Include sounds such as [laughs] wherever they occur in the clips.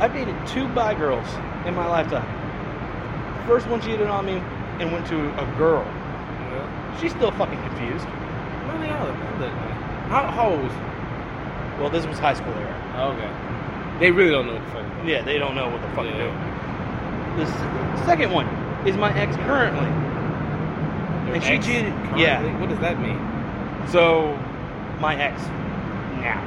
I've dated two bi girls in my lifetime. First one cheated on me and went to a girl. Yeah. She's still fucking confused. No, they are. They're good, man. How, how old was you? Well, this was high school era. Oh, Okay. They really don't know what the fuck. Yeah, they don't know what the fuck Yeah. to do. The s- second one is my ex currently. Your And she ex cheated- currently? yeah. What does that mean? So, my ex now,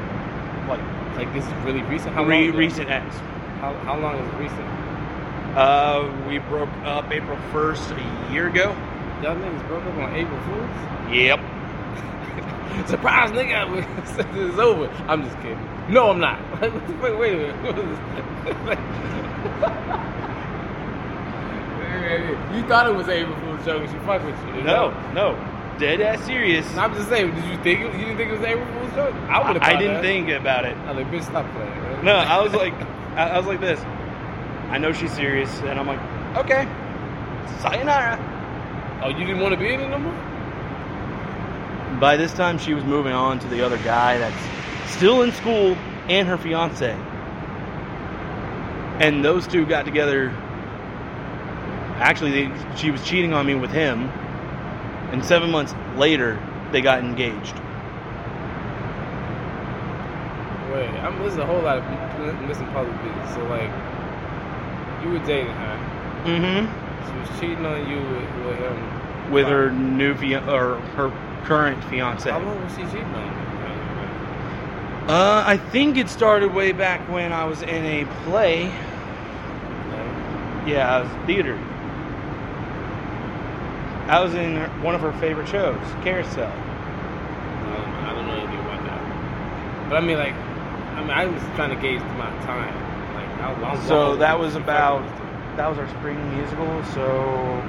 like Like this is really recent. How re- long? ago? recent ex. How, how long is it recent? Uh, we broke up April first a year ago. Y'all niggas broke up on April Fools. [laughs] Yep. Surprise, nigga! [laughs] this is over. I'm just kidding. No, I'm not. [laughs] Like, what the fuck? Wait a minute. What is this? [laughs] Like- you thought it was April Fool's joke? and She fuck with you. you No, know? no, dead ass serious. And I'm just saying. Did you think it, you didn't think it was April Fool's joke? I would have. I didn't think about it. I was like, bitch, stop playing. man. No, I was like, I, I was like this. I know she's serious, and I'm like, okay, sayonara. oh, you didn't want to be in it no more. By this time, she was moving on to the other guy that's still in school and her fiance. And those two got together. Actually, they, she was cheating on me with him, and seven months later, they got engaged. Wait, I'm there's a whole lot of people missing puzzle pieces. So like, you were dating her. Mm-hmm. She was cheating on you with, with him. With her new fian- or her current fiance. How long was she cheating on you? Uh, I think it started way back when I was in a play. Like, Yeah, I was theater. I was in one of her favorite shows, Carousel. I don't know anything about that. But I mean, like, I mean, I was trying to gauge my time. Like, how long? So that was about that was our spring musical, so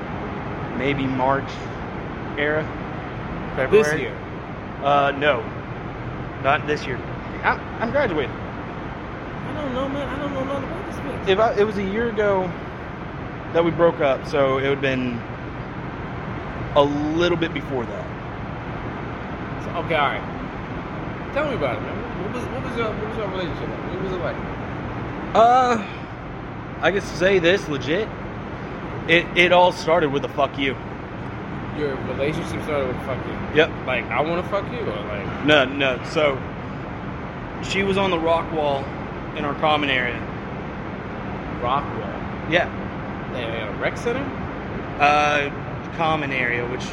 maybe March era, February. this year. Uh, no, not this year. I'm, I'm graduating. I don't know, man. I don't know nothing about this bitch. If I, it was a year ago that we broke up, so it would have been a little bit before that. So, okay, all right. Tell me about it, man. What was what was your what was your relationship like? What was it like? Uh, I can say this legit. It it all started with a fuck you. Your relationship started with fucking. Yep. Like, I want to fuck you, or like. No, no. So she was on the rock wall in our common area. Rockwell. Yeah. They had a rec center? Uh, common area, which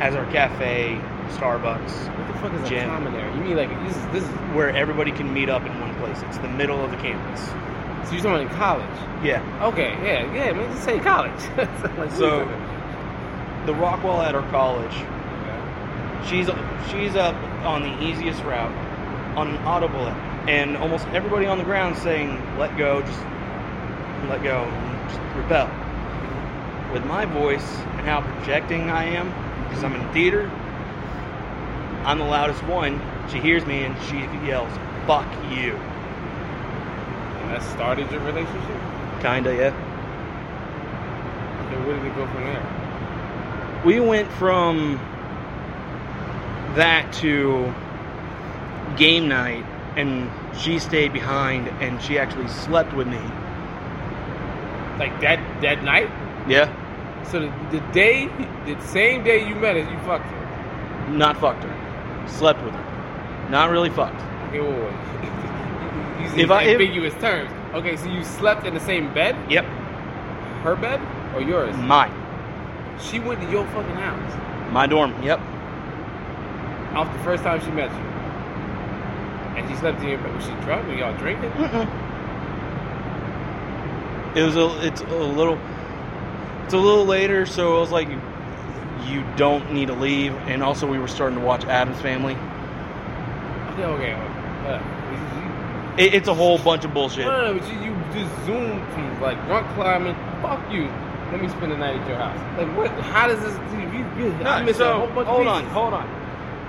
has our cafe, Starbucks, What the fuck is Gym. a common area? You mean like this is this is where everybody can meet up in one place. It's the middle of the campus. so you're someone in college? Yeah. Okay, yeah, yeah, man, just say college. [laughs] Like, So- what is The rock wall at our college. it? She's she's up on the easiest route on an auto bullet, and almost everybody on the ground saying, "Let go, just let go, just repel." With my voice and how projecting I am, because I'm in theater, I'm the loudest one. She hears me and she yells, "Fuck you!" and that started your relationship? Kinda, yeah. Okay, where did it go from there? We went from that to game night, and she stayed behind, and she actually slept with me. Like that that night? Yeah. So the, the day the same day you met her, you fucked her. Not fucked her. Slept with her. Not really fucked. [laughs] Okay, wait, wait, wait. Using If I- if- ambiguous terms. Okay, so you slept in the same bed? Yep. Her bed? Or yours? Mm-hmm. Mine. She went to your fucking house. My dorm. Yep. Off the first time she met you. And she slept in your bed. Was she drunk? Were y'all drinking? Mm-hmm. Mm-mm. It was a. It's a little. It's a little later, so I was like, "You don't need to leave." And also, we were starting to watch Adam's Family. Okay, okay. okay. Uh, It, it's a whole bunch of you, bullshit. no, no, no, but you, you just zoom from like rock climbing. Fuck you. Let me spend the night at your house. Like what? How does this? You, you, you No, missing a so whole bunch hold of on, pieces. hold on.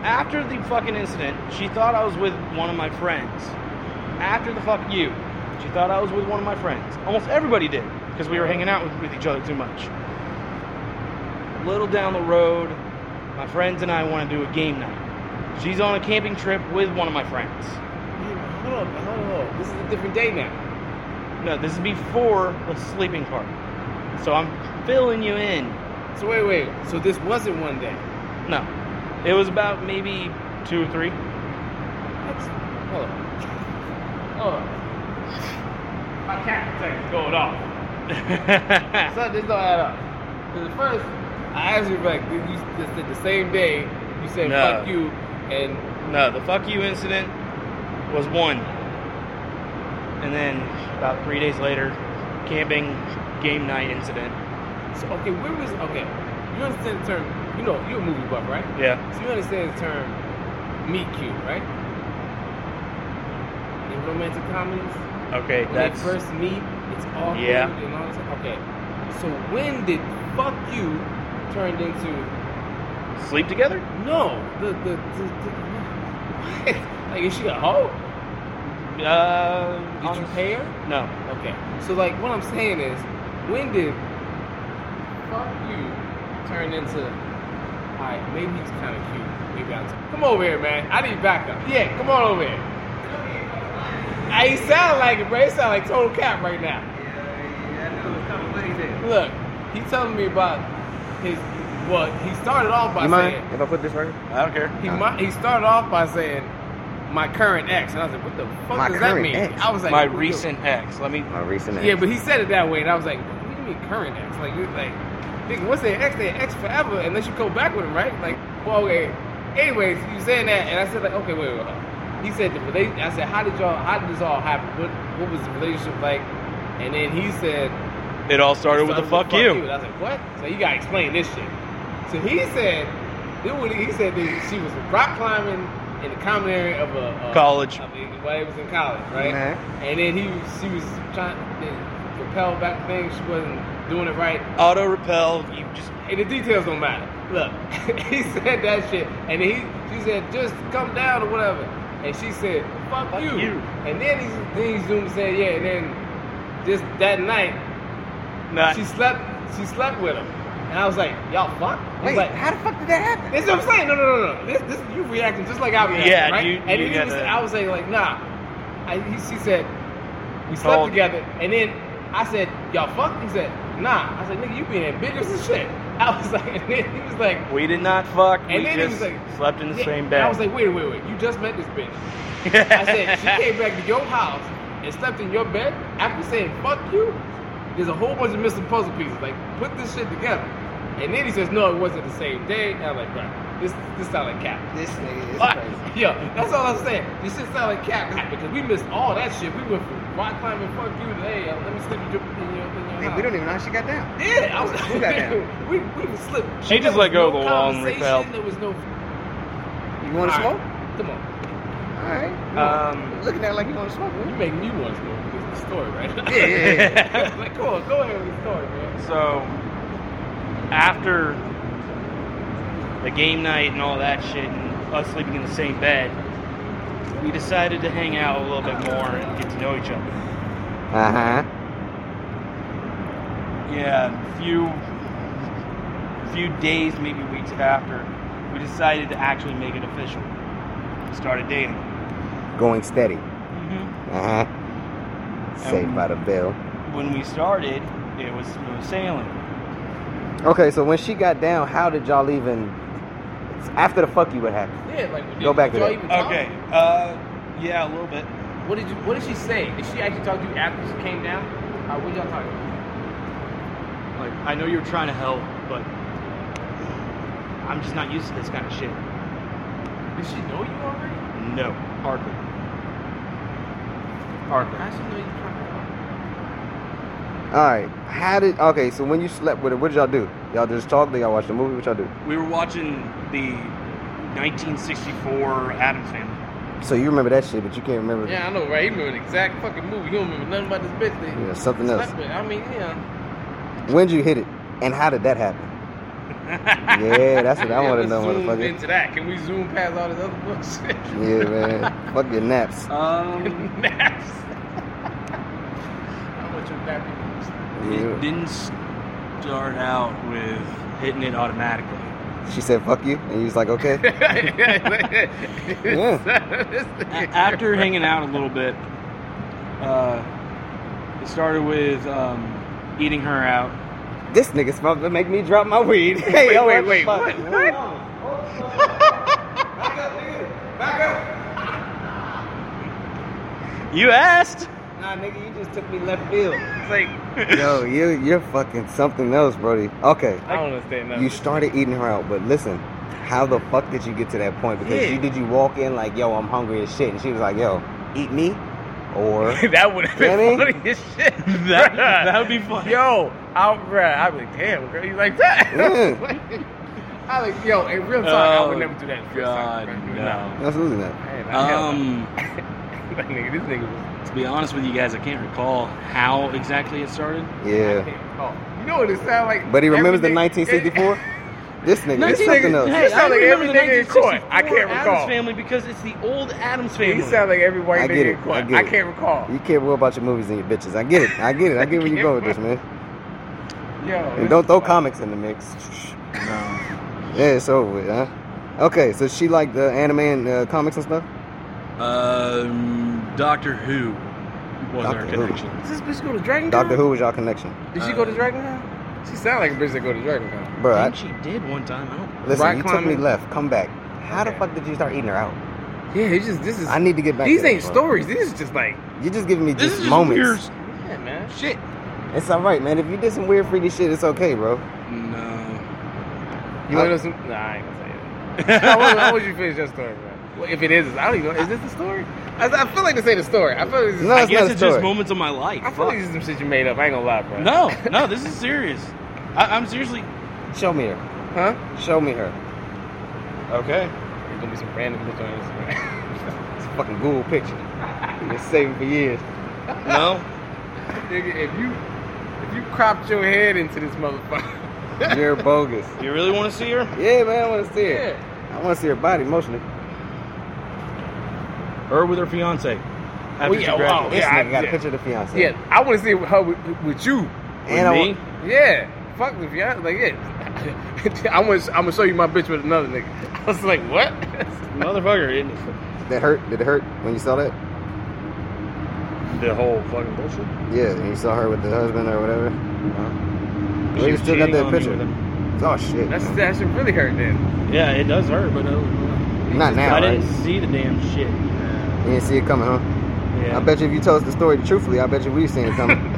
After the fucking incident, she thought I was with one of my friends. After the fuck you, she thought I was with one of my friends. Almost everybody did because we were hanging out with, with each other too much. Little down the road, my friends and I want to do a game night. She's on a camping trip with one of my friends. Hold on, hold on. This is a different day now. No, this is before the sleeping part. So I'm filling you in. So wait, wait. So this wasn't one day. No, it was about maybe two or three. [laughs] That's, hold on. Hold on. My cat protector's going off. So this don't add up. 'Cause at first, I asked you like, you you just did the same day. You said No. fuck you, and no, the fuck you incident was one. And then about three days later, camping game night incident. so okay, where was okay? You understand the term? You know, you're a movie buff, right? Yeah. So you understand the term meet cute, right? In romantic comedies, Okay, when that's they first meet, it's awkward Yeah. and all this. Okay, so when did fuck you turned into sleep together. no the the, the, the what? [laughs] like is she a hoe? Uh, Did you honest- pay her? No. Okay, so like what I'm saying is, when did fuck you turn into alright, maybe he's kind of cute. Maybe I'm. Come over here, man. I need backup. Yeah, come on over here. I he sound like it, bro. He sound like total cap right now. Look, he telling me about his. Well, he started off by You mind saying if I put this right? here? I don't care. he Uh. mi- he started off by saying my current ex, and I was like, what the fuck My does that current mean? ex? I was like, My what- recent ex. Let me. My recent. Yeah, but he said it that way, and I was like, what do you mean current ex? Like, you like, nigga, what's their ex? They ex forever, unless you go back with him, right? Like, well, okay. Anyways, you saying that, and I said like, okay, wait, wait. hold on. He said the relation. I said, how did y'all? How did this all happen? What What was the relationship like? And then he said, It all started with "Started the fuck you. And I was like, what? So you gotta explain this shit. So he said, then when he he said that she was rock climbing in the common area of a, a College. I mean, while he was in college, right? Man. And then he was- she was trying to repel back things. She wasn't doing it right. Auto repel. You just And the details don't matter. Look, [laughs] he said that shit, and he she said just come down or whatever, and she said fuck, Fuck you. you. And then he then he zoomed and said yeah, and then just that night not. she slept she slept with him, and I was like y'all fuck. He's Wait, like, how the fuck did that happen? that's what I'm saying. No, no, no, no. This, this you reacting just like I reacted, Yeah, right? you- and you then he was, gotta- I was like, like, nah. I, he, she said, we slept Told- together, and then I said, y'all fucked. He said, nah. I said, nigga, you being ambiguous as shit. [laughs] I was like, and then he was like, we did not fuck. and we then just he was like, slept in the yeah. same And bed. I was like, wait, wait, wait. You just met this bitch. I [laughs] said she came back to your house and slept in your bed after saying fuck you. There's a whole bunch of missing puzzle pieces. Like put this shit together. And then he says no, it wasn't the same day. And I'm like, bro, this this sound like cap. This nigga is crazy. [laughs] Yeah, that's all I'm saying. This shit sound like cap because we missed all that shit. We went from rock climbing, fuck you, to hey, let me sleep in your in your, in your Man, house. we don't even know how she got down. Yeah, I was Who got [laughs] down? we we were slipped. She There just let was go of no the wall and conversation, repelled. There was no. You want to All smoke? right, Uh, Come on. All right. [laughs] um, looking at it like you want to smoke. You man. make me want to know because of the story, right? Yeah, yeah, yeah. [laughs] like, come on, go ahead with the story, man. so after the game night and all that shit, and us sleeping in the same bed, we decided to hang out a little bit more and get to know each other. Uh huh. yeah, few few days, maybe weeks after, we decided to actually make it official. We started dating. Going steady. Mm-hmm. Uh Um, huh. Saved by the bell. When we started, it was smooth sailing. Okay, so when she got down, how did y'all even? It's after the fuck you, what happened? Yeah, like, Go did back to y'all that. even talk? Okay. Uh, yeah, a little bit. What did you? What did she say? Did she actually talk to you after she came down? Or what y'all talking about? Like I know you're trying to help, but I'm just not used to this kind of shit. Did she know you already? No, hardly. How Hardly. she know you trying All right. How did? Okay, so when you slept with her, what did y'all do? Y'all just talk? Did y'all watch the movie? What y'all do? We were watching the 1964 Adams Family. So you remember that shit, but you can't remember. Yeah, I know, right? He remember the exact fucking movie. He don't remember nothing about this bitch. That Yeah, something else. Slept with. I mean, yeah. When did you hit it, and how did that happen? yeah, that's what [laughs] I Yeah, want to let's know, zoom motherfucker. Into that, can we zoom past all this other bullshit? Yeah, man. Fuck [laughs] your naps. [laughs] Um, Naps. I want your [laughs] nappy. It Yeah. didn't start out with hitting it automatically. She said, "Fuck you," and you was like, "Okay." yeah. [laughs] [laughs] A- after hanging out a little bit, uh, It started with um, eating her out. This nigga smelled to make me drop [laughs] my weed. Hey, Wait, oh, wait, wait, fuck. what? Back up, nigga. Back You asked. up. Nah, nigga, you just took me left field. It's like [laughs] Yo, you you're fucking something else, Brody. Okay, I don't understand you nothing. started eating her out, but listen, how the fuck did you get to that point? Because Yeah. you did you walk in like, yo, I'm hungry as shit, and she was like, yo, eat me, [laughs] or that would have been Really? funny as shit. [laughs] [laughs] That- that [laughs] would be funny. Yo, I'll bruh, I'd be like, damn, girl, you like that? [laughs] Yeah. I like, yo, in real talk, I would Oh, never do that. in real God, talk, bruh. no. absolutely not. Man, like, hell no. Um, [laughs] Like, nigga, this nigga was. to be honest with you guys, I can't recall how exactly it started. I Yeah, can't recall. You know what it sound like? but he remembers the Every nigga- 1964. This nigga, it's 19 something else. Hey, sound like remember every the nigga in court. 1964 I can't recall. Adams Family because it's the old Adams Family. [laughs] He sound like every I white get nigga it, in I court. get I it. can't recall. You care more about your movies than your bitches. I get it. I get it. I get where you go with this, man. Yo, And don't throw comics in the mix. Yeah, it's over with, huh? Okay, so she liked the anime and uh, comics and stuff? um, Doctor Who was Doctor our Who. connection. Does this bitch go to Dragon Doctor Who was y'all connection? Did she Uh, go to Dragon Con? She sound like a bitch that go to Dragon Con. Bro, I I, think she did one time. I don't. listen, rock you took me climbing? left. Come back. How the Okay. fuck did you start eating her out? Yeah, it's just this is. I need to get back these to that ain't part. stories. These is just like. You're just giving me This just is just moments. Yeah, man. Shit. It's all right, man. If you did some weird, freaky shit, it's okay, bro. No. You want to know some? Nah, I ain't gonna tell [laughs] you. I want, I want you to finish that story, bro. Well, if it is, I don't even know. Is this the story? I, I feel like this ain't a story. I feel like this is, [laughs] No, I it's guess not a it's story. just moments of my life. I feel like this is some shit you made up. I ain't gonna lie, bro. [laughs] No, no, this is serious. I, I'm seriously. Show me her. Huh? Show me her. Okay. There's gonna be some random bitch on Instagram. [laughs] It's a fucking Google picture. Been saving for years. No. Nigga, if you if you cropped your head into this motherfucker, You're bogus. You really want to see her? Yeah, man, I want to see [laughs] her. yeah. I want to see her body mostly. Her with her fiance. After Well, she yeah, wow, graduated. This yeah, I- nigga got a yeah. picture of the fiance. yeah, I want to see her with, with you. and I With want- me? Yeah, fuck the fiance. Like, yeah, [laughs] I'm gonna I'm gonna show you my bitch with another nigga. [laughs] I was like, what? [laughs] Motherfucker, it, That hurt? Did it hurt when you saw that? the whole fucking bullshit. Yeah, and you saw her with the husband or whatever. No. Well, She you was still got cheating that on me picture. with him. Oh shit. That's that should really hurt then. Yeah, it does hurt, but uh, Not now, I right? didn't see the damn shit. You didn't see it coming, huh? Yeah. [laughs] I bet you if you told us the story truthfully, I bet you we've seen it coming.